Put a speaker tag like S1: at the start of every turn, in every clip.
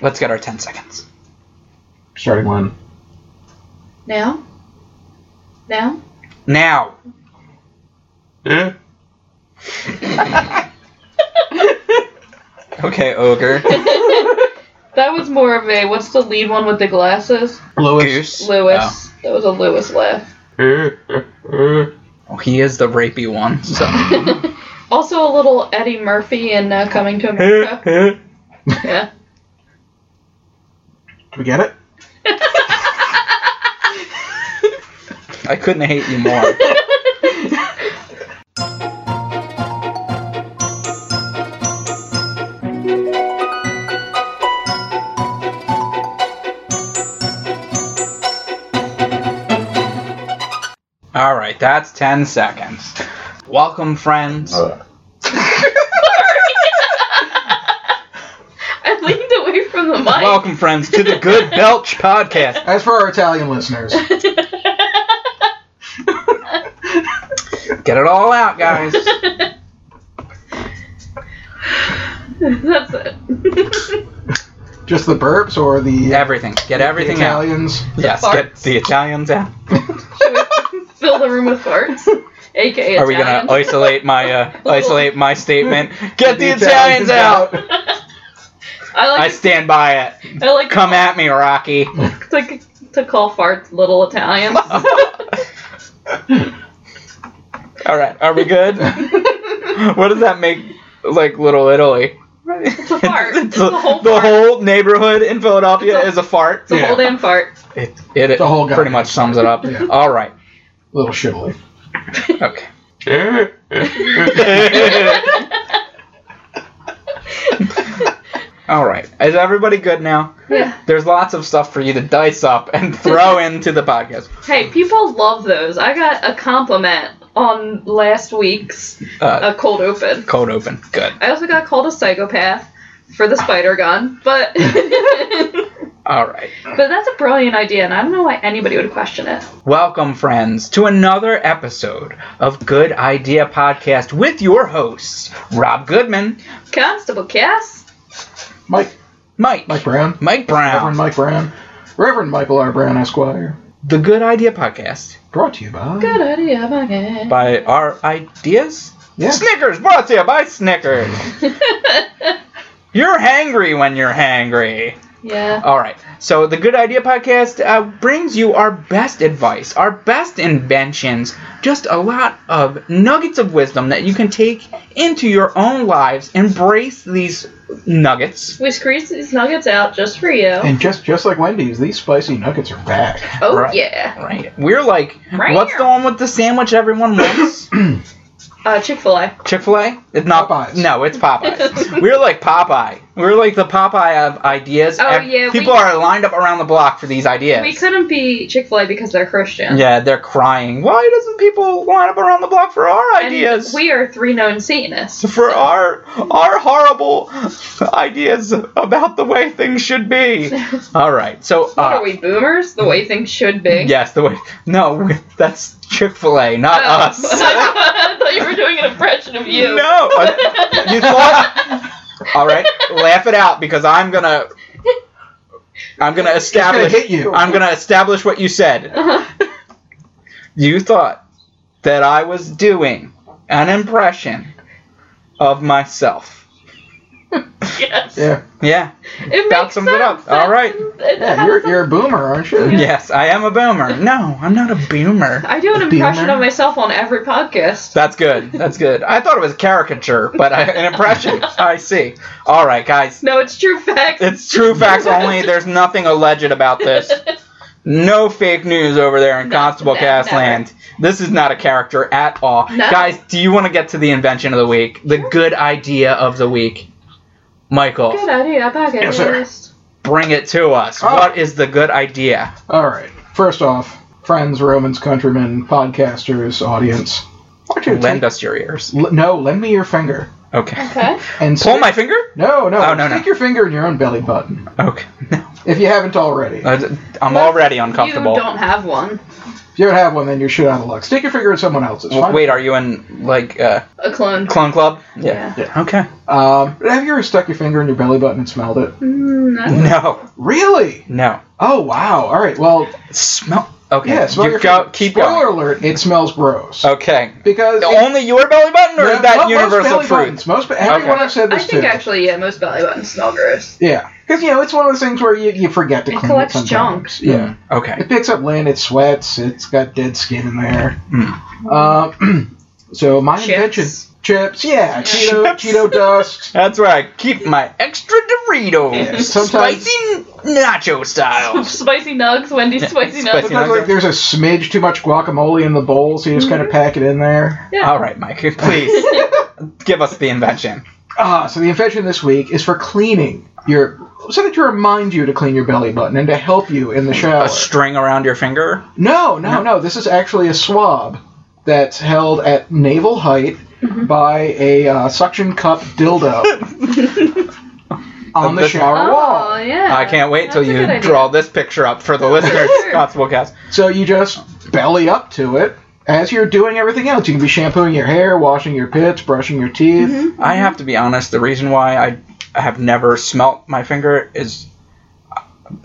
S1: Let's get our 10 seconds.
S2: Starting one.
S3: Now? Now?
S1: Now!
S2: Yeah.
S1: Okay, Ogre.
S3: That was more of a what's the lead one with the glasses?
S2: Lewis.
S1: Goose.
S3: Lewis. That was a Lewis laugh.
S1: Oh, he is the rapey one, so.
S3: also a little Eddie Murphy in uh, Coming to America.
S2: Do
S3: yeah.
S2: we get it?
S1: I couldn't hate you more. All right, that's 10 seconds. Welcome, friends.
S3: I leaned away from the mic.
S1: Welcome, friends, to the Good Belch podcast.
S2: As for our Italian listeners,
S1: Get it all out, guys.
S3: That's it.
S2: just the burps or the,
S1: Everything. Get everything
S2: the
S1: out.
S2: Italians?
S1: Yes, get
S3: farts.
S1: the Italians out.
S3: Fill the room with farts. AKA
S1: Are we gonna
S3: Italian.
S1: isolate my uh, isolate my statement? Get the Italians out!
S3: I
S1: I
S3: like
S1: stand by it.
S3: I like
S1: Come at me, Rocky.
S3: to, to call farts little Italians.
S1: All right, are we good? What does that make like Little Italy?
S3: it's a fart. It's
S1: the,
S3: a whole
S1: the
S3: fart.
S1: whole neighborhood in Philadelphia
S3: It's a-
S1: is a fart.
S3: it's a
S2: Yeah.
S3: whole damn fart.
S1: It, it,
S2: The whole guy.
S1: pretty much sums it up.
S2: Yeah.
S1: All right.
S2: Little shibbly.
S1: Okay. All right. Is everybody good now?
S3: Yeah.
S1: There's lots of stuff for you to dice up and throw into the podcast.
S3: Hey, people love those. I got a compliment on last week's
S1: Uh,
S3: uh, cold open.
S1: cold open. Good.
S3: I also got called a psychopath for the spider gun, but
S1: All right.
S3: but that's a brilliant idea, and I don't know why anybody would question it.
S1: Welcome, friends, to another episode of Good Idea Podcast with your hosts, Rob Goodman,
S3: Constable Cass.
S2: Mike.
S1: Mike,
S2: Mike Brown.
S1: Mike Brown,
S2: Reverend Mike Brown. Reverend Michael R. Brown, Esquire.
S1: the Good Idea Podcast
S2: Brought to you by.
S3: Good idea, Mike.
S1: by our ideas.
S2: Yeah.
S1: Snickers brought to you by Snickers. you're hangry when you're hangry.
S3: Yeah.
S1: All right. So the Good Idea Podcast uh, brings you our best advice, our best inventions, just a lot of nuggets of wisdom that you can take into your own lives. Embrace these nuggets.
S3: We squeezed these nuggets out just for you.
S2: And just just like Wendy's, these spicy nuggets are back.
S3: oh
S1: right.
S3: yeah.
S1: Right. We're like,
S3: Right.
S1: what's the one with the sandwich everyone wants?
S3: Uh, Chick Fil A.
S1: Chick Fil A? It's not
S2: Popeyes.
S1: No, it's Popeyes. we're like Popeye. We're like the Popeye of ideas.
S3: Oh,
S1: Ev-
S3: yeah, we-
S1: People are lined up around the block for these ideas.
S3: We couldn't be Chick Fil A because they're Christian.
S1: Yeah, they're crying. Why doesn't people line up around the block for our
S3: And
S1: ideas?
S3: we are three known Satanists.
S1: for our our horrible ideas about the way things should be. All right. So
S3: What
S1: uh,
S3: are we boomers? The way things should be.
S1: yes, the way no, we- that's Chick-fil-A, not
S3: Oh.
S1: us.
S3: I thought you were doing an impression of you.
S1: No. uh, You thought All right. Laugh it out because I'm going to I'm going to establish
S2: hit you.
S1: I'm going to establish what you said. You thought that I was doing an impression of myself.
S3: yes.
S2: Yeah.
S1: Yeah.
S3: It
S1: That
S3: makes
S1: sums it up.
S3: sense.
S1: All right.
S3: It
S2: Yeah,
S3: has
S2: you're, you're a boomer, aren't you?
S1: Yes, I am a boomer. No, I'm not a boomer.
S3: I do an
S2: Boomer.
S3: impression of myself on every podcast.
S1: That's good. That's good. I thought it was caricature, but I, an impression. I see. All right, guys.
S3: No, it's true facts.
S1: It's true facts only. There's nothing alleged about this. No fake news over there in
S3: No,
S1: Constable
S3: no,
S1: Castland. This is not a character at all.
S3: No.
S1: Guys, do you want to get to the invention of the week? The good idea of the week? Michael,
S3: Good idea, podcast.
S2: Yes, sir.
S1: bring it to us.
S2: Oh.
S1: What is the good idea?
S2: All right. First off, friends, Romans, countrymen, podcasters, audience. Why don't you take-
S1: Lend us your ears.
S2: L- no, lend me your finger.
S1: Okay.
S3: Okay.
S2: And
S1: Pull
S2: stick-
S1: my finger?
S2: No, no,
S1: Oh, no,
S2: stick
S1: no.
S2: your finger in your own belly button
S1: Okay.
S2: if you haven't already.
S1: Uh, I- I'm already uncomfortable.
S3: You don't have one.
S2: If you don't have one, then you're shit out of luck. Stick your finger in someone else's. Fine.
S1: Oh, Wait, are you in like uh,
S3: A clone.
S1: Clone Club?
S3: Yeah.
S2: Yeah.
S1: Okay.
S2: Um, have you ever stuck your finger in your belly button and smelled it?
S3: Mm, I don't-
S1: No.
S2: Really?
S1: No.
S2: Oh wow. All right. Well,
S1: Smell. Okay.
S2: yeah. Smell
S1: you
S2: your
S1: go.
S2: finger.
S1: Keep
S2: Spoiler
S1: going. Uh,
S2: alert: it smells gross.
S1: Okay.
S2: Because it-
S1: Only your belly button, or
S2: Yeah,
S1: is that
S2: mo-
S1: universal
S2: most belly
S1: truth?
S2: buttons, most everyone
S1: Okay.
S2: I've said
S3: I
S2: this
S3: think
S2: to.
S3: actually, yeah, most belly buttons smell gross.
S2: yeah, because you know it's one of those things where you, you forget to
S3: It
S2: clean
S3: collects
S2: it sometimes. Yeah,
S1: Okay.
S2: it picks up lint, it sweats, it's got dead skin in there. Um, so my
S3: Chips.
S2: invention, chips. Yeah, Cheeto,
S1: Chips.
S2: Cheeto dust.
S1: That's where I keep my extra Doritos,
S2: Yeah, sometimes-
S1: spicy nacho style.
S3: spicy nugs, Wendy's
S1: Yeah,
S3: spicy nugs.
S1: spicy
S2: Sometimes like there's a smidge too much guacamole in the bowl, so you just
S3: Mm-hmm.
S2: kind of pack it in there.
S3: Yeah.
S1: All right, Mike, please give us the invention.
S2: Ah, so the invention this week is for cleaning your, so that to remind you to clean your belly button and to help you in the shower.
S1: A string around your finger.
S2: No, no, no. This is actually a swab that's held at navel height
S3: Mm-hmm.
S2: by a uh, suction cup dildo on the
S1: This-
S2: shower
S3: Oh
S2: wall.
S3: yeah.
S1: I can't wait till
S3: That's a good
S1: you
S3: idea.
S1: draw this picture up for the listeners.
S3: Sure.
S1: Scott's Willcast.
S2: So you just belly up to it as you're doing everything else. You can be shampooing your hair, washing your pits, brushing your teeth.
S3: Mm-hmm.
S1: I have to be honest. The reason why I I have never smelt my finger is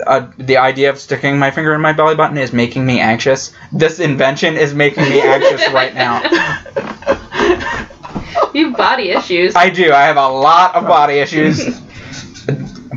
S1: uh, the idea of sticking my finger in my belly button is making me anxious. This invention is making me anxious right now.
S3: You have body issues.
S1: I do. I have a lot of body issues.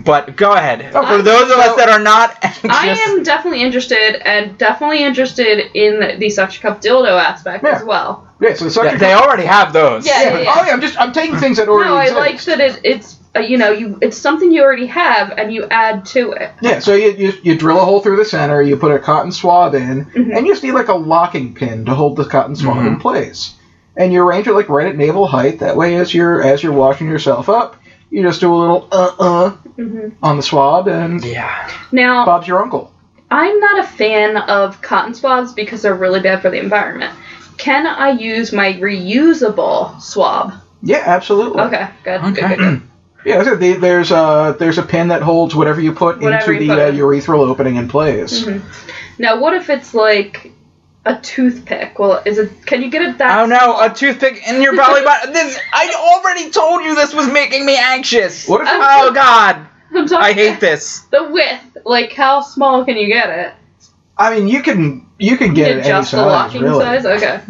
S1: But go ahead.
S2: Oh,
S1: For those of us that are not anxious,
S3: I am definitely interested, and definitely interested in the suction cup dildo aspect
S2: Yeah.
S3: as well.
S2: Yeah, so the
S1: Yeah,
S2: suction
S1: they
S2: cup.
S1: already have those.
S3: Yeah, yeah, yeah.
S2: Oh yeah, I'm just I'm taking things that already
S3: No, I
S2: exist.
S3: like that it, it's uh, you know you it's something you already have and you add to it.
S2: Yeah, so you, you, you drill a hole through the center, you put a cotton swab in,
S3: Mm-hmm.
S2: and you just need like a locking pin to hold the cotton swab in place. And you arrange it like right at navel height. That way, as you're as you're washing yourself up, you just do a little uh uh
S1: Mm-hmm.
S2: on the swab, and
S1: Yeah.
S3: Now
S2: Bob's your uncle.
S3: I'm not a fan of cotton swabs because they're really bad for the environment. Can I use my reusable swab?
S2: Yeah, absolutely.
S3: Okay, good. good,
S1: Okay.
S3: good, good.
S2: Yeah, so the, there's a there's a pin that holds whatever you put into
S3: Whatever you
S2: the
S3: put
S2: uh,
S3: in. Mm-hmm.
S2: urethral opening in place.
S3: Now, what if it's like a toothpick? Well, is it? Can you get it that?
S1: Oh no, a toothpick in your belly button. This I already told you this was making me anxious.
S2: What if it-
S1: oh god,
S3: I'm talking-
S1: I hate this.
S3: the width. Like, how small can you get it?
S2: I mean, you can you can get it any
S3: Adjust
S2: size,
S3: the locking
S2: really.
S3: size. Okay.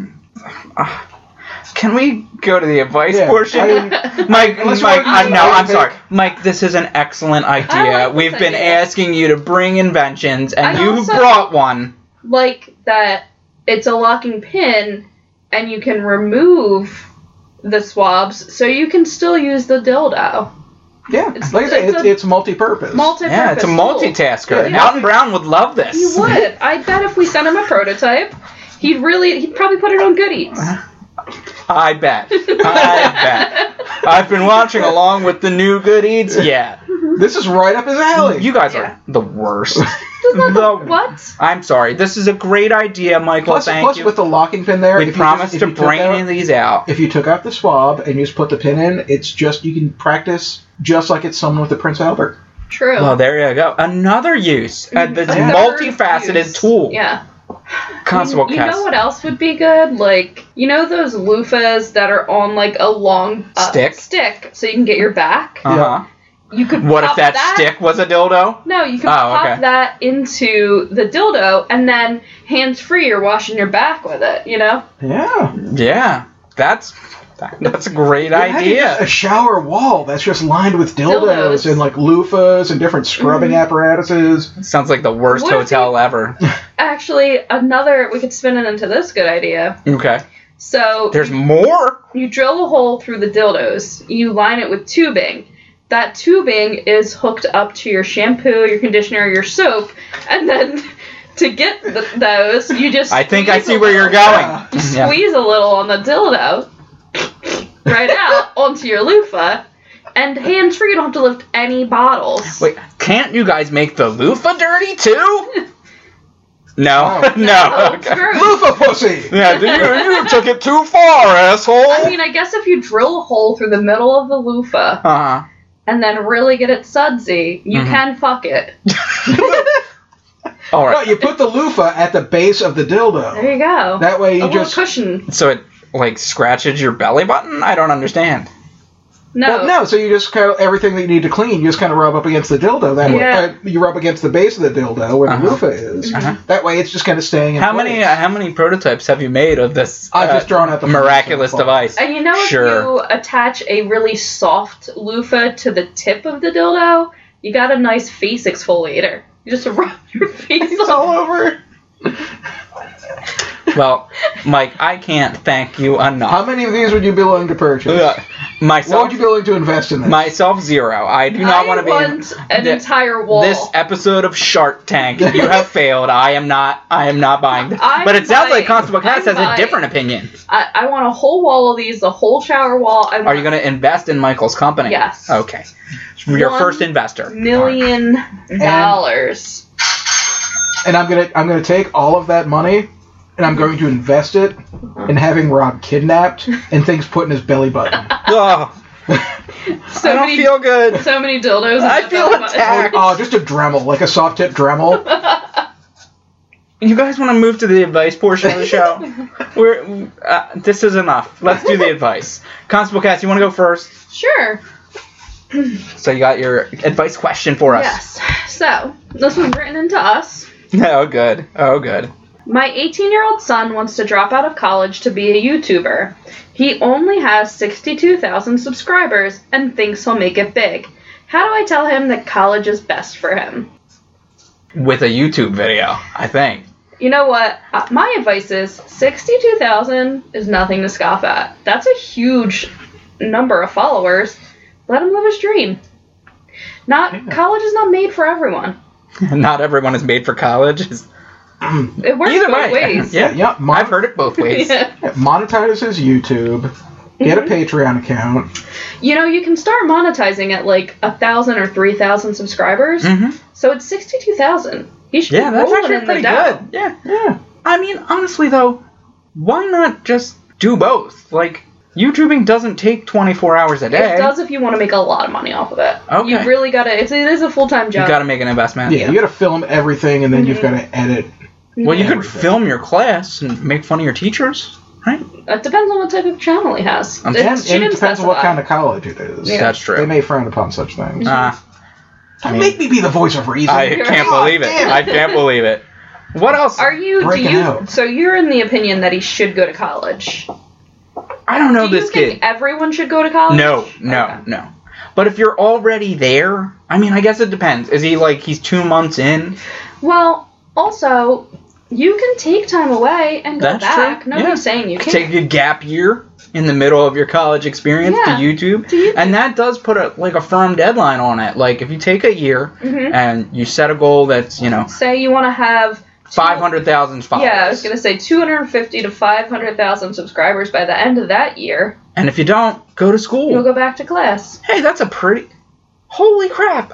S1: Can we go to the advice
S2: Yeah,
S1: portion?
S2: I mean,
S1: Mike,
S2: Unless you
S1: Mike,
S2: want to
S1: I
S2: use
S1: know,
S2: my
S1: I'm
S2: pick.
S1: sorry. Mike, this is an excellent
S3: I
S1: idea.
S3: like this
S1: We've been
S3: idea.
S1: asking you to bring inventions, and
S3: I
S1: you
S3: also-
S1: brought one.
S3: like that it's a locking pin and you can remove the swabs so you can still use the dildo.
S2: yeah,
S3: It's-
S2: like I say,
S3: it's
S2: it's,
S3: a-
S2: it's multi-purpose.
S3: Multi
S1: Yeah, it's a multitasker.
S2: Yeah.
S1: Alton Brown would love this.
S3: He would. I bet if we sent him a prototype, he'd really he'd probably put it on Good Eats.
S1: I bet. I bet. I've been watching along with the new Good Eats. Yeah.
S2: this is right up his alley.
S1: You guys
S3: Yeah.
S1: are the worst.
S3: Does that
S1: The-
S3: what?
S1: I'm sorry. This is a great idea, Michael.
S2: Plus,
S1: Thank
S2: plus
S1: you.
S2: with the locking pin there,
S1: we
S2: if you
S1: promised
S2: just- if
S1: to
S2: you took
S1: bring
S2: out-
S1: these out.
S2: If you took out the swab and you just put the pin in, it's just you can practice just like it's someone with the Prince Albert.
S3: True.
S1: Well, there you go. Another use. Uh, this
S3: Another
S1: multifaceted
S3: use.
S1: tool.
S3: Yeah.
S1: Constable
S3: you
S1: cast.
S3: know what else would be good? Like you know those loofahs that are on like a long uh,
S1: Stick?
S3: stick, so you can get your back.
S1: Uh-huh.
S3: you could.
S1: What if
S3: pop
S1: that, stick was a dildo?
S3: No, you can
S1: Oh,
S3: pop
S1: okay.
S3: that into the dildo, and then hands free, you're washing your back with it. You know,
S2: Yeah.
S1: Yeah. That's that's a great
S2: Imagine A
S1: idea.
S2: shower wall that's just lined with dildos,
S3: Dildos. Mm-hmm.
S2: and like loofahs and different scrubbing apparatuses.
S1: Sounds like the worst
S3: What if
S1: hotel ever.
S3: actually, another we could spin it into this good idea.
S1: Okay.
S3: So
S1: There's more?
S3: you drill a hole through the dildos, you line it with tubing. That tubing is hooked up to your shampoo, your conditioner, your soap, and then to get th those, you just
S1: I think I
S3: squeeze
S1: see
S3: a
S1: where you're
S3: little-
S1: going.
S3: You
S1: Yeah.
S3: squeeze a little on the dildo, right out onto your loofah, and hands free. You don't have to lift any bottles.
S1: Wait, can't you guys make the loofah dirty too? No,
S2: No.
S1: no.
S3: Oh, it's
S1: okay.
S3: gross.
S2: Loofah pussy.
S1: Yeah, you, you took it too far, asshole.
S3: I mean, I guess if you drill a hole through the middle of the loofah
S1: uh-huh. Mm-hmm.
S3: and then really get it sudsy, you
S1: Mhm.
S3: can fuck it.
S1: All
S2: No,
S1: right.
S2: you put the loofah at the base of the dildo.
S3: There you go. Oh,
S2: That way
S3: a
S2: you
S3: little
S2: just
S3: cushion.
S1: So it like scratches your belly button? I don't understand.
S3: No.
S2: Well, no, so you just kind of everything that you need to clean, you just kind of rub up against the dildo. That
S3: Yeah.
S2: way, uh, you rub against the base of the dildo where
S1: Uh-huh.
S2: the loofah is.
S1: Uh-huh.
S2: That way, it's just kind of staying. In
S1: How
S2: place.
S1: many uh, how many prototypes have you made of this
S2: I've
S1: uh,
S2: just drawn out the
S1: miraculous
S2: functional part.
S1: device?
S3: And Uh, you know,
S1: Sure.
S3: if you attach a really soft loofah to the tip of the dildo, you got a nice face exfoliator. You just rub your face
S2: It's
S3: on.
S2: all over.
S1: Well, Mike, I can't thank you
S2: How
S1: enough.
S2: many of these would you be willing to purchase?
S1: Uh,
S2: What would
S1: myself,
S2: you be willing to invest in this?
S1: myself zero. I do not
S3: I
S1: want to be
S3: want an
S1: the-
S3: entire wall.
S1: this episode of Shark Tank. You have failed. I am not. I am not buying. This.
S3: I'm
S1: but it sounds
S3: buying.
S1: like Constable Cass
S3: I'm
S1: has a
S3: buying.
S1: different opinion.
S3: I, I want a whole wall of these, a whole shower wall. I want
S1: Are you going to invest in Michael's company?
S3: Yes.
S1: Okay. Your
S3: One
S1: first investor.
S3: million dollars?
S2: and I'm gonna I'm gonna take all of that money, and I'm going to invest it in having Rob kidnapped and things put in his belly button.
S1: Oh,
S3: So
S1: I don't
S3: many,
S1: feel good.
S3: so many dildos. in
S1: I
S3: the
S1: feel
S3: belly button.
S1: attacked.
S2: oh, just a Dremel, like a soft tip Dremel.
S1: You guys want to move to the advice portion of the show? We're uh, this is enough. Let's do the advice. Constable Cass, you want to go first?
S3: Sure.
S1: So you got your advice question for us.
S3: Yes. So this was written into us.
S1: Oh, good. Oh, good.
S3: My 18 year old son wants to drop out of college to be a YouTuber. He only has 62,000 subscribers and thinks he'll make it big. How do I tell him that college is best for him?
S1: With a YouTube video, I think.
S3: You know what? Uh, My advice is 62,000 is nothing to scoff at. That's a huge number of followers. Let him live his dream. Not college is not made for everyone.
S1: Not everyone is made for college.
S3: It works
S1: Either
S3: both
S1: way.
S3: ways.
S1: Yeah.
S2: yeah, mon-
S1: I've heard it both ways.
S3: Yeah.
S2: monetize his YouTube. Get a Patreon account.
S3: You know, you can start monetizing at like a thousand or three thousand subscribers.
S1: hmm
S3: So it's sixty-two thousand. He should
S1: Yeah,
S3: be
S1: that's
S3: rolling
S1: actually
S3: in the
S1: pretty
S3: dough.
S1: good. Yeah.
S2: Yeah.
S1: I mean, honestly though, why not just do both? Like, YouTubing doesn't take 24 hours a day.
S3: It does if you want to make a lot of money off of it.
S1: Okay.
S3: You really gotta. It's it is a full-time
S1: You
S3: job.
S1: got to make an investment.
S2: Yeah, you gotta film everything and then you've gotta edit.
S1: Well,
S3: Hmm.
S1: you could
S2: Everything.
S1: film your class and make fun of your teachers, right?
S3: It depends on what type of channel he has.
S1: I'm-
S2: And,
S3: she
S2: and it
S3: didn't
S2: depends on what
S3: specify.
S2: kind of college it is.
S3: Yeah.
S1: That's
S2: They
S1: true.
S2: may frown upon such things.
S1: Ah,
S2: Don't Uh, make me be the voice of reason.
S1: I can't
S2: God
S1: believe it.
S2: damn.
S1: I can't believe it. What else?
S3: Are you? Do
S2: Breaking
S3: you?
S2: out.
S3: So you're in the opinion that he should go to college?
S1: I don't know
S3: do you
S1: this
S3: think
S1: kid.
S3: everyone should go to college?
S1: No, no,
S3: Okay.
S1: no. But if you're already there, I mean, I guess it depends. Is he like he's two months in?
S3: Well, also, you can take time away and go
S1: That's
S3: back.
S1: true.
S3: Nobody's
S1: Yeah.
S3: saying you can't.
S1: Take a gap year in the middle of your college experience
S3: Yeah.
S1: to YouTube,
S3: To YouTube.
S1: and that does put a like a firm deadline on it. Like if you take a year
S3: Mhm.
S1: and you set a goal that's you know
S3: Say you want to have
S1: five hundred thousand followers.
S3: Yeah, I was gonna say 250 to 500,000 subscribers by the end of that year.
S1: And if you don't, go to school.
S3: You'll go back to class.
S1: hey, that's a pretty. Holy crap!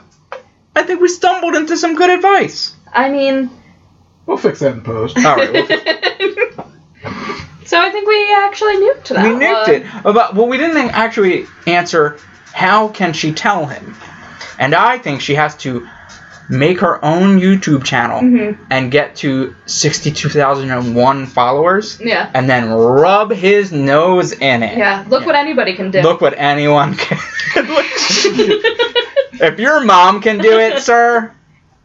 S1: I think we stumbled into some good advice.
S3: I mean,
S2: We'll fix that in post.
S1: All right, well,
S3: so I think we actually nuked that.
S1: we nuked
S3: one.
S1: it. About well, we didn't actually answer how can she tell him, and I think she has to make her own YouTube channel
S3: Mm-hmm.
S1: and get to sixty-two thousand and one followers,
S3: Yeah,
S1: and then rub his nose in it.
S3: yeah. Look what anybody can do.
S1: Look what anyone can. if your mom can do it, sir,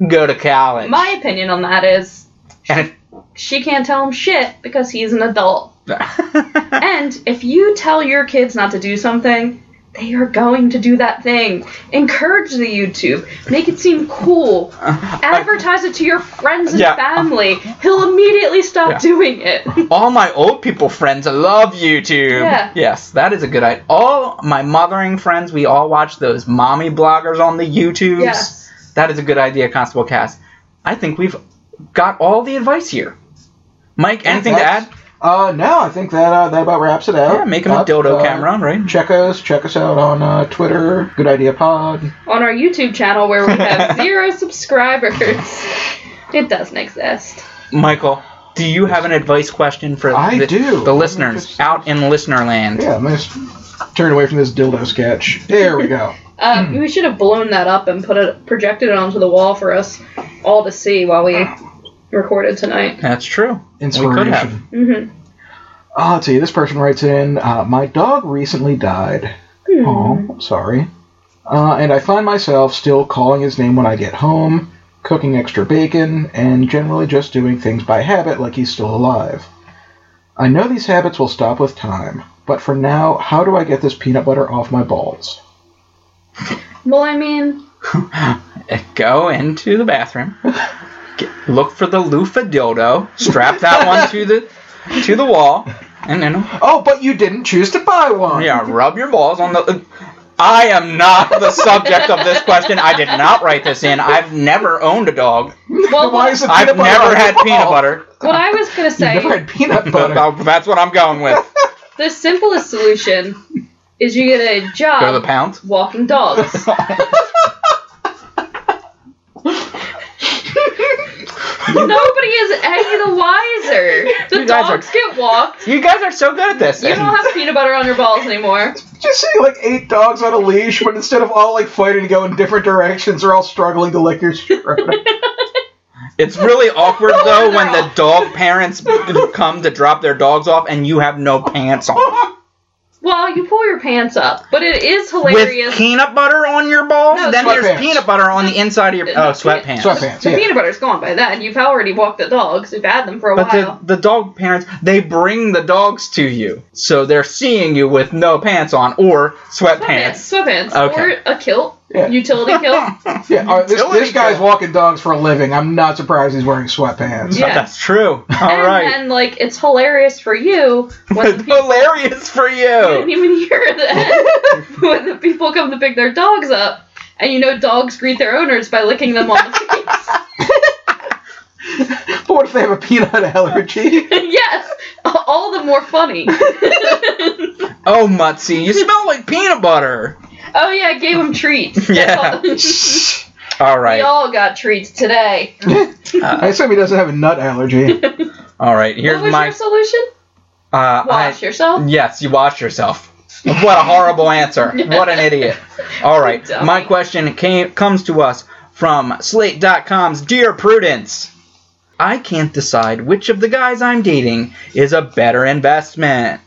S1: go to college.
S3: My opinion on that is
S1: And
S3: she can't tell him shit because he's an adult.
S1: if-
S3: And if you tell your kids not to do something, they are going to do that thing. Encourage the YouTube. Make it seem cool. Advertise it to your friends and
S1: Yeah.
S3: family. He'll immediately stop
S1: Yeah.
S3: doing it.
S1: all my old people friends love YouTube.
S3: Yeah.
S1: Yes, that is a good idea. All my mothering friends, we all watch those mommy bloggers on the YouTubes.
S3: Yes.
S1: That is a good idea, Constable Cass. I think we've got all the advice here. Mike, anything to
S2: That's-
S1: add?
S2: Uh, no, I think that uh, that about wraps it out.
S1: Yeah, make him a
S2: Up,
S1: dildo
S2: uh,
S1: camera, right?
S2: Check us, check us out on uh, Twitter, Good Idea Pod.
S3: On our YouTube channel where we have zero subscribers, it doesn't exist.
S1: Michael, do you have an advice question for
S2: I
S1: the,
S2: do.
S1: the listeners
S2: Just-
S1: out in listener land?
S2: Yeah, I'm just turn away from this dildo sketch. There we go.
S3: Uh,
S1: Hmm.
S3: We should have blown that up and put it projected it onto the wall for us all to see while we recorded tonight.
S1: That's true.
S2: Inspiration.
S1: We could have.
S3: Mm-hmm.
S2: Oh, let's see. This person writes in uh, My dog recently died.
S3: Hmm.
S2: Oh, I'm sorry. Uh, and I find myself still calling his name when I get home, cooking extra bacon, and generally just doing things by habit like he's still alive. I know these habits will stop with time, but for now, how do I get this peanut butter off my balls?
S3: Well, I mean,
S1: Go into the bathroom. Get, look for the loofah dildo. Strap that one to the to the wall, and then
S2: Oh, but you didn't choose to buy one!
S1: yeah, rub your balls on the. I am not the subject of this question. I did not write this in. I've never owned a dog.
S3: well,
S2: Why
S3: what,
S2: is it peanut
S1: I've
S2: butter on
S1: never
S2: your
S1: had peanut
S2: ball?
S1: butter. uh,
S3: what I was gonna
S2: You've
S3: say,
S2: never had peanut butter.
S1: That's what I'm going with.
S3: the simplest solution is you get a
S1: Go to the
S3: job
S1: pound.
S3: walking dogs. Nobody is any the wiser. The
S1: You guys are-
S3: dogs get walked.
S1: You guys are so good at this.
S3: You don't have peanut butter on your balls anymore.
S2: Just see like eight dogs on a leash, but instead of all like fighting to go in different directions, they're all struggling to lick your throat.
S1: It's really awkward though when the dog parents come to drop their dogs off and you have no pants on.
S3: Well, you pull your pants up, but it is
S1: With
S3: hilarious.
S1: peanut butter on your balls,
S3: No,
S1: then there's
S2: sweatpants.
S1: peanut butter on the inside of your oh
S3: No,
S1: sweatpants.
S2: Sweatpants,
S3: the
S2: yeah.
S3: peanut butter's gone by then. You've already walked the dogs. You've had them for a
S1: But
S3: while.
S1: the, the dog parents, they bring the dogs to you. So they're seeing you with no pants on or sweatpants.
S3: Sweatpants. Sweatpants.
S1: Okay.
S3: Or a kilt.
S2: Yeah.
S3: Utility kilt.
S2: Yeah, all right, this,
S1: Utility
S2: this guy's
S1: bill.
S2: walking dogs for a living. I'm not surprised he's wearing sweatpants.
S3: Yeah.
S1: That's true. All
S3: and
S1: right.
S3: then, like, it's hilarious for you when
S1: It's
S3: the people
S1: hilarious for
S3: you didn't
S1: you.
S3: even hear that. when the people come to pick their dogs up, and you know dogs greet their owners by licking them on the face.
S2: But what if they have a peanut allergy?
S3: yes, all the more funny. oh
S1: Oh, Mutsy, you smell like peanut butter.
S3: yeah, I gave them treats.
S1: Yeah. All
S3: We
S1: right.
S3: all got treats today.
S2: I assume he doesn't have a nut allergy.
S1: All right. Here's
S3: what was
S1: my.
S3: your solution?
S1: Uh, I-
S3: Wash yourself.
S1: Yes, you wash yourself. What a horrible answer. What an idiot. All right.
S3: Dummy.
S1: My question came, comes to us from Slate.com's Dear Prudence. I can't decide which of the guys I'm dating is a better investment.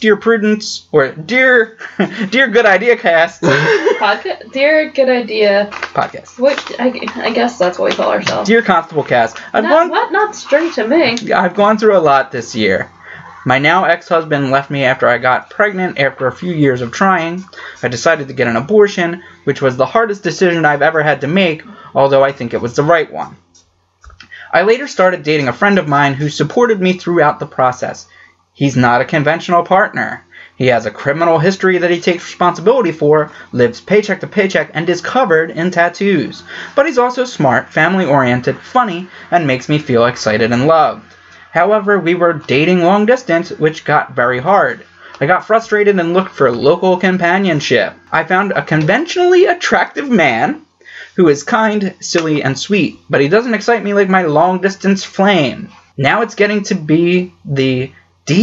S1: Dear Prudence, or Dear Dear Good Idea Cast
S3: Podca- dear, good idea.
S1: podcast.
S3: What? I, I guess that's what we call ourselves.
S1: Dear Constable Cast, I've
S3: Not-
S1: gone
S3: what? Not straight to me.
S1: I've gone through a lot this year. My now ex husband left me after I got pregnant after a few years of trying. I decided to get an abortion, which was the hardest decision I've ever had to make, although I think it was the right one. I later started dating a friend of mine who supported me throughout the process. He's not a conventional partner. He has a criminal history that he takes responsibility for, lives paycheck to paycheck, and is covered in tattoos. But he's also smart, family oriented, funny, and makes me feel excited and loved. However, we were dating long distance, which got very hard. I got frustrated and looked for local companionship. I found a conventionally attractive man who is kind, silly, and sweet, but he doesn't excite me like my long distance flame. Now it's getting to be the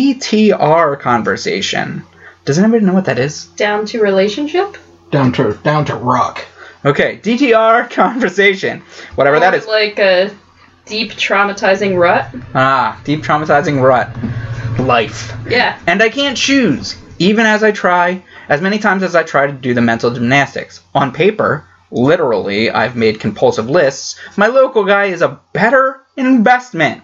S1: DTR conversation. Does anybody know what that is?
S3: Down to relationship.
S2: Down to down to rock.
S1: Okay, DTR conversation. Whatever that
S3: Or
S1: is.
S3: like a deep traumatizing rut.
S1: Ah, deep traumatizing rut. Life.
S3: Yeah.
S1: And I can't choose, even as I try, as many times as I try to do the mental gymnastics. On paper, literally, I've made compulsive lists. My local guy is a better investment.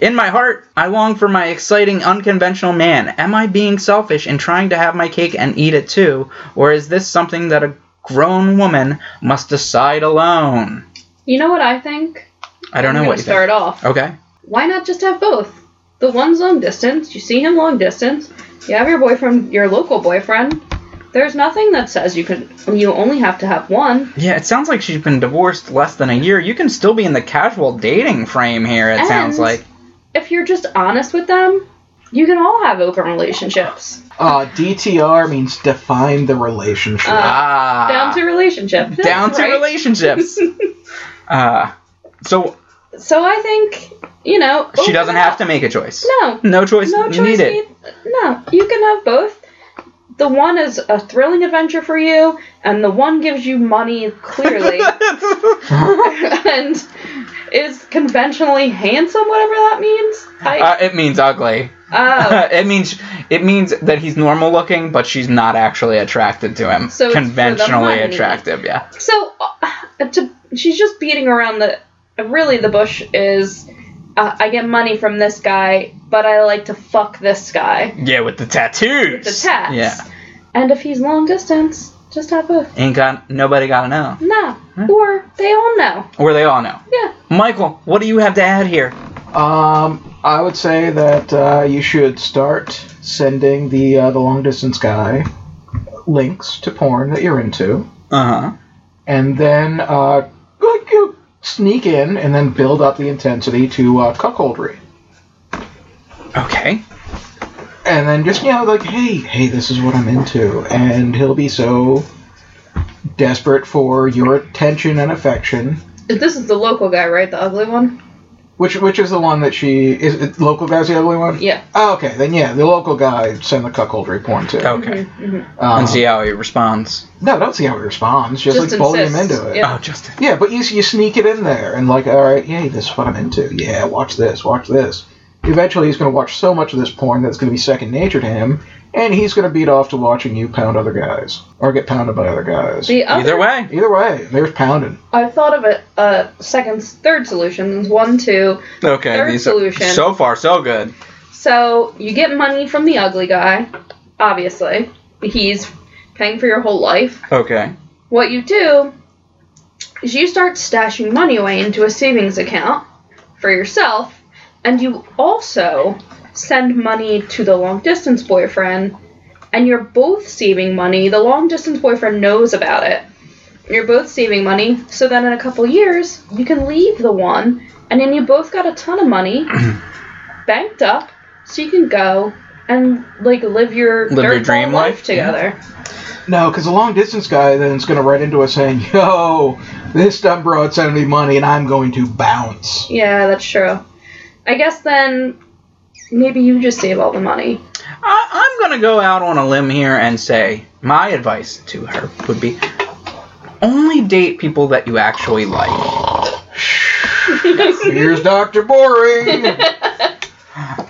S1: In my heart, I long for my exciting, unconventional man. Am I being selfish in trying to have my cake and eat it too, or is this something that a grown woman must decide alone?
S3: You know what I think?
S1: I don't know
S3: I'm
S1: what
S3: gonna
S1: you
S3: start
S1: think. Oh.
S3: off.
S1: Okay.
S3: Why not just have both? The one's long distance. You see him long distance. You have your boyfriend, your local boyfriend. There's nothing that says you can. You only have to have one.
S1: Yeah, it sounds like she's been divorced less than a year. You can still be in the casual dating frame here, it sounds
S3: And-
S1: like.
S3: If you're just honest with them, you can all have open relationships.
S2: Uh, DTR means define the relationship.
S3: Uh,
S1: Ah.
S3: Down to relationship.
S1: down
S3: That's
S1: to
S3: right.
S1: relationships. uh, so
S3: So I think you know.
S1: she
S3: open
S1: doesn't
S3: up.
S1: have to make a choice.
S3: Oh, No.
S1: No choice
S3: No choice
S1: needed.
S3: need- no, you can have both. The one is a thrilling adventure for you, and the one gives you money clearly. and is conventionally handsome, whatever that means.
S1: Uh,
S3: I,
S1: it means ugly.
S3: oh,
S1: it means it means that he's normal looking, but she's not actually attracted to him.
S3: So it's for the
S1: Conventionally
S3: money.
S1: attractive, yeah.
S3: so uh, to, she's just beating around the. Really, the bush is. Uh, I get money from this guy, but I like to fuck this guy.
S1: Yeah, with the tattoos.
S3: The tats.
S1: Yeah.
S3: And if he's long distance, just have both.
S1: Ain't got nobody gotta know.
S3: Nah. Or they all know.
S1: Or they all know.
S3: Yeah.
S1: Michael, what do you have to add here?
S2: Um, I would say that uh, you should start sending the uh, the long distance guy links to porn that you're into,
S1: Uh huh.
S2: and then uh, like, you sneak in and then build up the intensity to uh, cuckoldry,
S1: Okay.
S2: and then just you know like hey hey this is what I'm into, and he'll be so desperate for your attention and affection.
S3: This is the local guy, right? The ugly one?
S2: Which, which is the one that she is it local guy's the ugly one?
S3: Yeah.
S2: Oh, okay, then yeah, the local guy send the cuckoldry porn to.
S1: Okay.
S2: Um,
S1: And see how he responds.
S2: No, don't see how he responds. Just,
S3: Just
S2: like bully him
S3: insist,
S2: into it.
S3: yeah.
S2: Yeah.
S1: Oh, Justin.
S2: but you you sneak it in there and like, all right, yay, this is what I'm into. Yeah, watch this, watch this. Eventually, he's going to watch so much of this porn that's going to be second nature to him, and he's going to beat off to watching you pound other guys or get pounded by other guys.
S3: The other,
S1: Either way.
S2: Either way, there's pounding.
S3: I thought of a, a second, third solutions. One, two.
S1: Okay.
S3: Third
S1: these are-
S3: solution.
S1: so far, so good.
S3: So you get money from the ugly guy, obviously. He's paying for your whole life.
S1: Okay.
S3: What you do is you start stashing money away into a savings account for yourself, and you also send money to the long distance boyfriend, and you're both saving money. The long distance boyfriend knows about it. You're both saving money, so then in a couple years, you can leave the one, and then you both got a ton of money banked up, so you can go and like live your
S1: Live your
S3: dirtball
S1: dream life, yeah.
S3: together.
S2: No, because the long distance guy then is going to write into us saying, "Yo, this dumb broad sent me money, and I'm going to bounce."
S3: Yeah, that's true. I guess then maybe you just save all the money.
S1: I, I'm gonna go out on a limb here and say my advice to her would be only date people that you actually like.
S2: Here's Doctor Boring.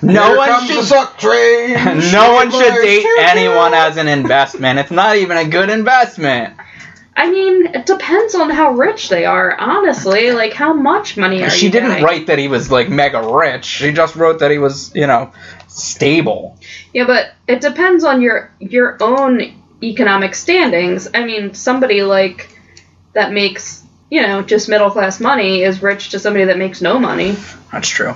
S1: No
S2: Here
S1: one
S2: comes the
S1: should.
S2: suck train.
S1: No one should
S2: Shiver,
S1: date
S2: shiver.
S1: anyone as an investment. It's not even a good investment.
S3: I mean, it depends on how rich they are, honestly. Like, how much money are
S1: she
S3: you
S1: didn't
S3: getting?
S1: write that he was like mega rich. She just wrote that he was, you know, stable.
S3: Yeah, but it depends on your your own economic standings. I mean, somebody like that makes you know just middle class money is rich to somebody that makes no money.
S1: That's true.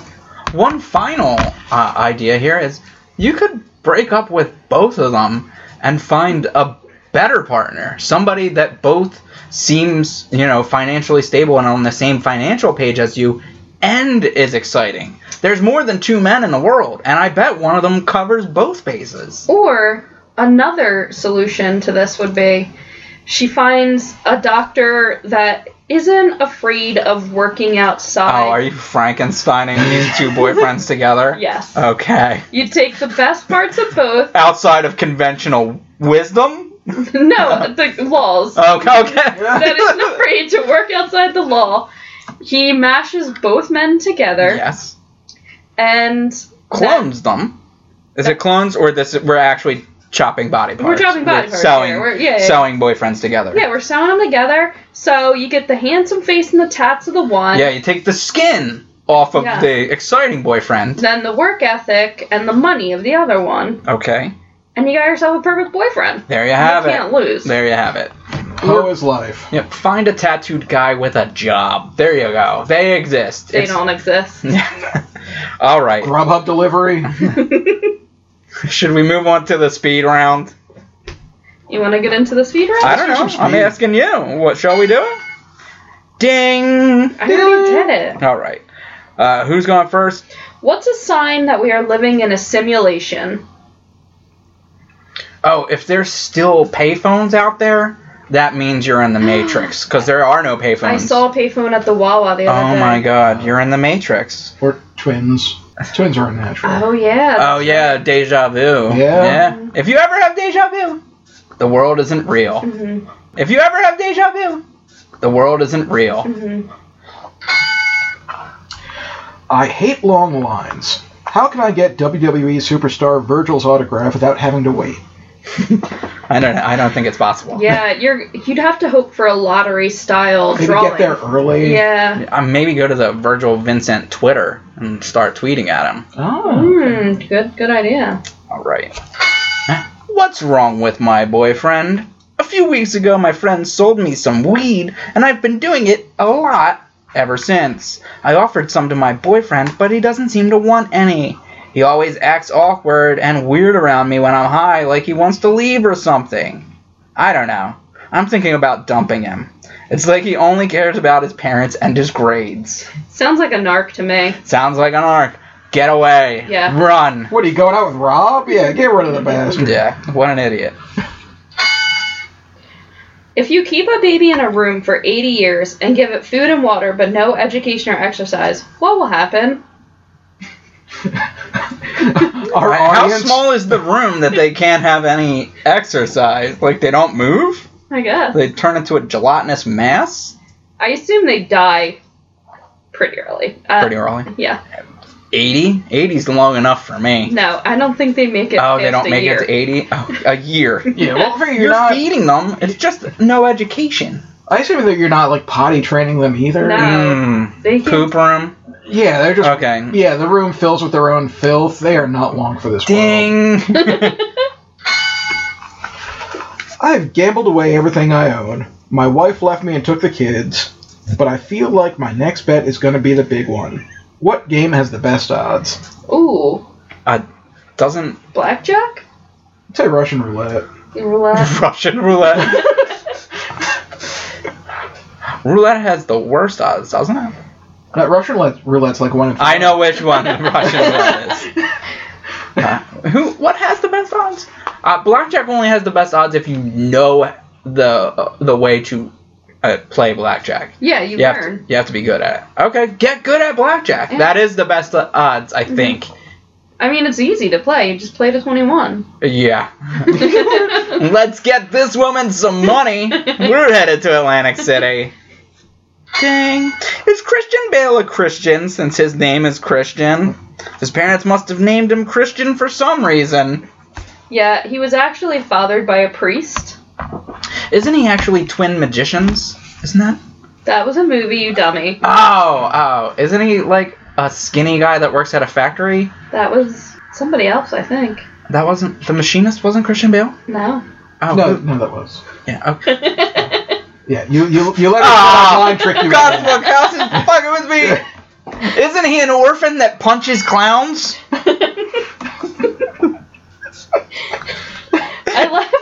S1: One final uh, idea here is you could break up with both of them and find a better partner, somebody that both seems, you know, financially stable and on the same financial page as you and is exciting. There's more than two men in the world, and I bet one of them covers both bases.
S3: Or another solution to this would be she finds a doctor that isn't afraid of working
S1: Oh,
S3: outside.
S1: are you Frankensteining these two boyfriends together?
S3: Yes.
S1: Okay.
S3: you take the best parts of both.
S1: Outside of conventional wisdom?
S3: no, the laws.
S1: Okay. okay.
S3: that isn't afraid to work outside the law. He mashes both men together
S1: Yes.
S3: and
S1: clones them. Is it clones or this? We're actually chopping body parts.
S3: We're chopping body parts
S1: Sewing,
S3: here. We're- yeah, yeah.
S1: sewing boyfriends together.
S3: yeah, we're sewing them together. So you get the handsome face and the tats of the one.
S1: Yeah, you take the skin off of
S3: Yeah.
S1: the exciting boyfriend.
S3: Then the work ethic and the money of the other one,
S1: Okay,
S3: and you got yourself a perfect boyfriend.
S1: there you have
S3: you
S1: it.
S3: can't lose.
S1: There you have it.
S2: How is life?
S1: Yep. Find a tattooed guy with a job. There you go. They exist.
S3: They
S1: It's-
S3: don't exist.
S1: All right.
S2: Grubhub delivery.
S1: Should we move on to the speed round?
S3: You want to get into the speed round?
S1: I don't know. I'm asking you. What shall we do? It. Ding.
S3: I already did it.
S1: All right. Uh, who's going first?
S3: What's a sign that we are living in a simulation?
S1: Oh, if there's still payphones out there, that means you're in the Matrix because there are no payphones.
S3: I saw a payphone at the Wawa the other
S1: Oh
S3: day.
S1: my God, you're in the Matrix.
S2: Or twins. Twins are unnatural.
S3: Oh yeah.
S1: Oh yeah, deja vu.
S2: Yeah.
S1: If you ever have deja vu, the world isn't real.
S3: Mhm, mm-hmm.
S1: If you ever have deja vu, the world isn't real.
S3: mhm.
S2: I hate long lines. How can I get WWE superstar Virgil's autograph without having to wait?
S1: I don't. I don't think it's possible.
S3: Yeah, you're you'd have to hope for a lottery style
S2: Maybe
S3: drawing.
S2: get there early.
S3: Yeah.
S1: Uh, maybe go to the Virgil Vincent Twitter and start tweeting at him.
S2: Oh.
S3: Mm, good good idea.
S1: All right. What's wrong with my boyfriend? A few weeks ago, my friend sold me some weed, and I've been doing it a lot ever since. I offered some to my boyfriend, but he doesn't seem to want any. He always acts awkward and weird around me when I'm high, like he wants to leave or something. I don't know. I'm thinking about dumping him. It's like he only cares about his parents and his grades.
S3: Sounds like a narc to me.
S1: Sounds like an arc. Get away.
S3: Yeah.
S1: Run.
S2: What are you going out with Rob? Yeah, get rid of the bastard.
S1: Yeah, what an idiot.
S3: If you keep a baby in a room for 80 years and give it food and water but no education or exercise, what will happen?
S2: Our
S1: Right,
S2: audience.
S1: How small is the room that they can't have any exercise? Like they don't move?
S3: I guess.
S1: They turn into a gelatinous mass?
S3: I assume they die pretty early. Uh,
S1: Pretty early.
S3: Yeah.
S1: 80? 80's long enough for me.
S3: No, I don't think they make it.
S1: oh, they
S3: past
S1: don't
S3: a
S1: make
S3: year.
S1: it to 80? Oh, a year.
S2: Yeah, well, figure
S1: You're
S2: you're not.
S1: feeding them. It's just no education.
S2: I assume that you're not like potty training them either.
S3: No.
S1: Mm.
S3: They can
S1: Poop room.
S2: Yeah, they're just.
S1: Okay.
S2: Yeah, the room fills with their own filth. They are not long for this world.
S1: Ding.
S2: I've gambled away everything I own. My wife left me and took the kids, but I feel like my next bet is going to be the big one. What game has the best odds?
S3: Ooh,
S1: Doesn't
S3: blackjack.
S2: I'd say Russian roulette.
S3: Roulette.
S1: Russian roulette. roulette has the worst odds, doesn't it?
S2: That Uh, Russian roulette, roulette's like one of.
S1: I know which one the Russian roulette is. Uh, who? What has the best odds? Uh, blackjack only has the best odds if you know the the way to uh, play blackjack.
S3: yeah, you
S1: You have,
S3: learn.
S1: to, you have to be good at it. Okay, get good at blackjack.
S3: Yeah. Mm-hmm.
S1: That is the best uh, odds, I think.
S3: I mean, it's easy to play. You just play to 21.
S1: Yeah. Let's get this woman some money. We're headed to Atlantic City. Dang. Is Christian Bale a Christian since his name is Christian? His parents must have named him Christian for some reason.
S3: yeah, he was actually fathered by a priest.
S1: Isn't he actually twin magicians? Isn't that?
S3: That was a movie, you dummy.
S1: Oh, oh. Isn't he like a skinny guy that works at a factory?
S3: That was somebody else, I think.
S1: That wasn't. The machinist wasn't Christian Bale?
S3: No.
S1: Oh,
S2: No,
S1: who-
S2: no, that was.
S1: yeah, okay.
S2: Yeah, you you you let her
S1: Ah,
S2: online trick you.
S1: God, fuck, House is fucking with me. Isn't he an orphan that punches clowns?
S3: I laugh.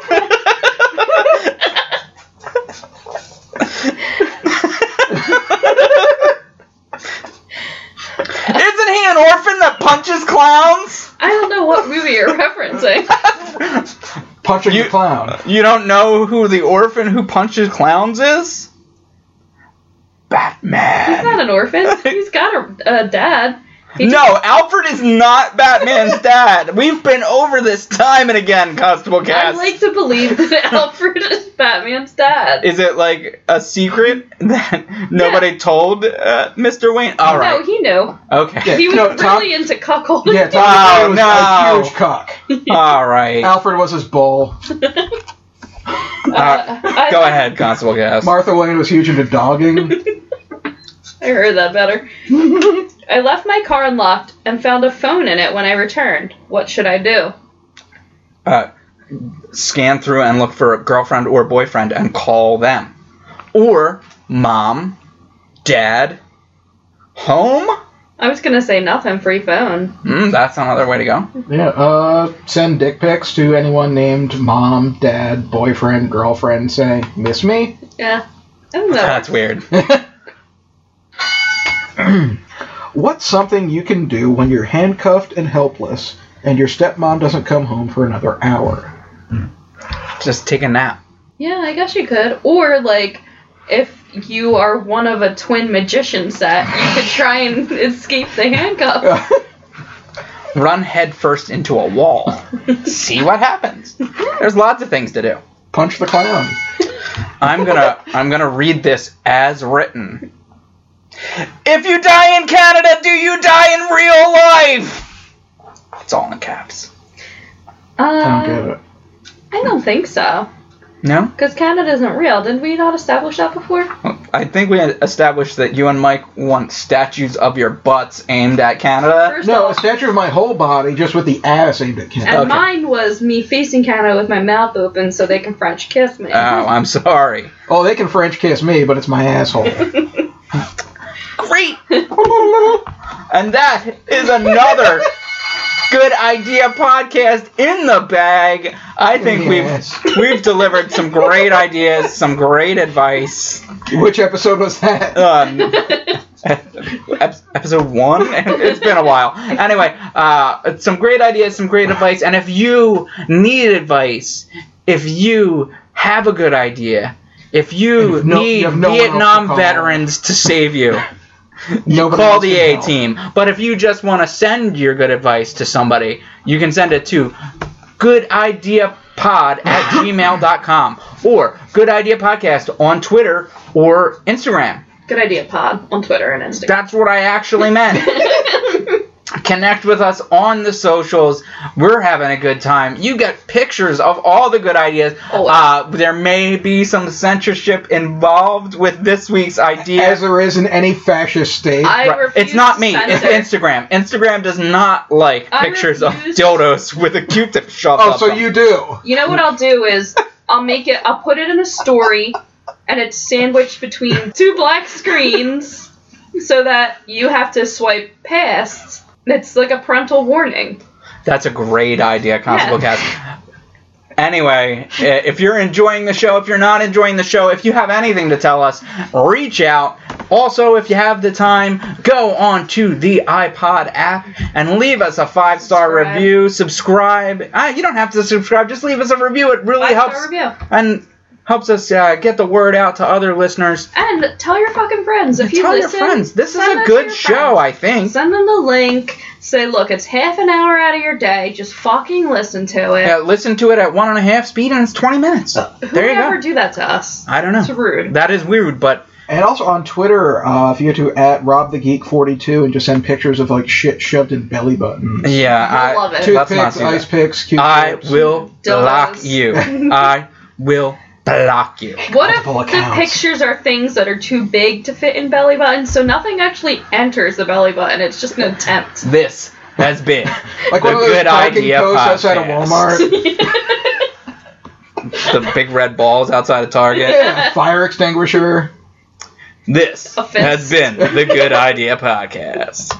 S1: Isn't he an orphan that punches clowns?
S3: I don't know what movie you're referencing.
S2: punching
S1: You-
S2: the clown.
S1: You don't know who the orphan who punches clowns is?
S3: He's
S1: Batman.
S3: not an orphan. He's got a, a dad. He
S1: No, Alfred is not Batman's dad. We've been over this time and again, Constable
S3: I
S1: Cass.
S3: like to believe that Alfred is Batman's dad.
S1: is it like a secret that nobody told uh, Mr. Wayne? All right.
S3: No, he knew.
S1: Okay.
S2: Yeah.
S3: He was
S2: No,
S3: really
S2: Tom-
S3: into cuckolding.
S2: Yeah, Tom
S1: Wow,
S2: Brady was
S1: Oh, no.
S2: a huge cock.
S1: All right.
S3: Uh,
S2: Alfred was his bull.
S1: Uh,
S3: I-
S1: go ahead, Constable Cass.
S2: Martha Wayne was huge into dogging.
S3: I heard that better. I left my car unlocked and found a phone in it when I returned. What should I do?
S1: uh, scan through and look for a girlfriend or boyfriend and call them. Or mom, dad, home?
S3: I was gonna say nothing, free phone.
S1: Mm, that's another way to go.
S2: yeah, uh, send dick pics to anyone named mom, dad, boyfriend, girlfriend, saying miss me.
S3: Yeah. Oh, I don't know.
S1: That's weird.
S2: What's something you can do when you're handcuffed and helpless, and your stepmom doesn't come home for another hour?
S1: Just take a nap.
S3: Yeah, I guess you could. Or like if you are one of a twin magician set, you could try and escape the handcuffs.
S1: Run headfirst into a wall. See what happens. There's lots of things to do.
S2: Punch the clown.
S1: I'm gonna I'm gonna read this as written. If you die in Canada, do you die in real life? It's all in caps.
S2: I don't
S3: Uh,
S2: get it.
S3: I don't think so.
S1: No?
S3: Because Canada isn't real. Didn't we not establish that before?
S1: I think we had established that you and Mike want statues of your butts aimed at Canada.
S3: First
S2: No, a
S3: off,
S2: statue of my whole body, just with the ass aimed at
S3: and
S2: Canada.
S1: Okay.
S3: mine was me facing Canada with my mouth open so they can French kiss me.
S1: Oh, I'm sorry.
S2: Oh, they can French kiss me, but it's my asshole.
S1: Great! and that is another good idea podcast in the bag. I think
S2: Yes.
S1: we've we've delivered some great ideas, some great advice.
S2: Which episode was that?
S1: Um, ep- episode one. it's been a while. Anyway, uh, some great ideas, some great advice, and if you need advice, if you have a good idea, if you
S2: If no-
S1: need
S2: you have no one else to
S1: Vietnam
S2: call.
S1: veterans to save you,
S2: Nobody
S1: call
S2: else
S1: the
S2: can
S1: A
S2: help.
S1: team. But if you just want to send your good advice to somebody, you can send it to goodideapod at gmail.com or Good Idea Podcast on Twitter or Instagram.
S3: Good idea, Pod, on Twitter and Instagram.
S1: That's what I actually meant. Connect with us on the socials. We're having a good time. You get pictures of all the good ideas.
S3: Always.
S1: Uh, there may be some censorship involved with this week's idea.
S2: As there is in any fascist state.
S3: I
S1: Right.
S3: refuse
S1: It's not
S3: to
S1: me. It's
S3: censor.
S1: Instagram. Instagram does not like
S3: I
S1: pictures of
S3: refuse-
S1: dildos with a Q-tip shoved
S2: oh,
S1: up
S2: so
S1: them.
S2: you do.
S3: You know what I'll do is I'll make it. I'll put it in a story, and it's sandwiched between two black screens, so that you have to swipe past. It's like a parental warning.
S1: That's a great idea, Constable Cass. Anyway, i- if you're enjoying the show, if you're not enjoying the show, if you have anything to tell us, reach out. Also, if you have the time, go on to the iPod app and leave us a five star
S3: Subscribe.
S1: review. Subscribe. Ah, you don't have to subscribe. Just leave us a review. It really
S3: Five-star
S1: helps
S3: review.
S1: and helps us uh, get the word out to other listeners.
S3: And tell your fucking friends if you
S1: Tell
S3: listen.
S1: your friends. This is
S3: send
S1: a
S3: us
S1: good
S3: your
S1: show, I
S3: friends.
S1: think.
S3: Send them the link. Say, look, it's half an hour out of your day. Just fucking listen to it.
S1: Yeah, listen to it at one and a half speed, and it's 20 minutes.
S3: Who
S1: there
S3: would
S1: you go.
S3: ever do that to us?
S1: I don't
S3: It's
S1: know.
S3: rude.
S1: That is weird, but
S2: And also on Twitter, uh, if you go to at RobTheGeek42 and just send pictures of like shit shoved in belly buttons.
S1: yeah, I
S3: I love it.
S1: Let's Mm. not do
S2: Toothpicks,
S1: that.
S2: ice picks, Q
S1: I will block
S3: Dildos.
S1: you. I will block you.
S3: What if
S2: Multiple
S3: the
S2: accounts.
S3: pictures are things that are too big to fit in belly buttons, so nothing actually enters the belly button? It's just an attempt.
S1: This has been
S2: Like
S1: the
S2: one of those
S1: Good
S2: talking
S1: Idea
S2: posts outside of
S1: Podcast.
S2: Walmart.
S1: the big red balls outside of Target.
S2: yeah, fire extinguisher.
S1: This
S3: A fist.
S1: has been the Good Idea Podcast.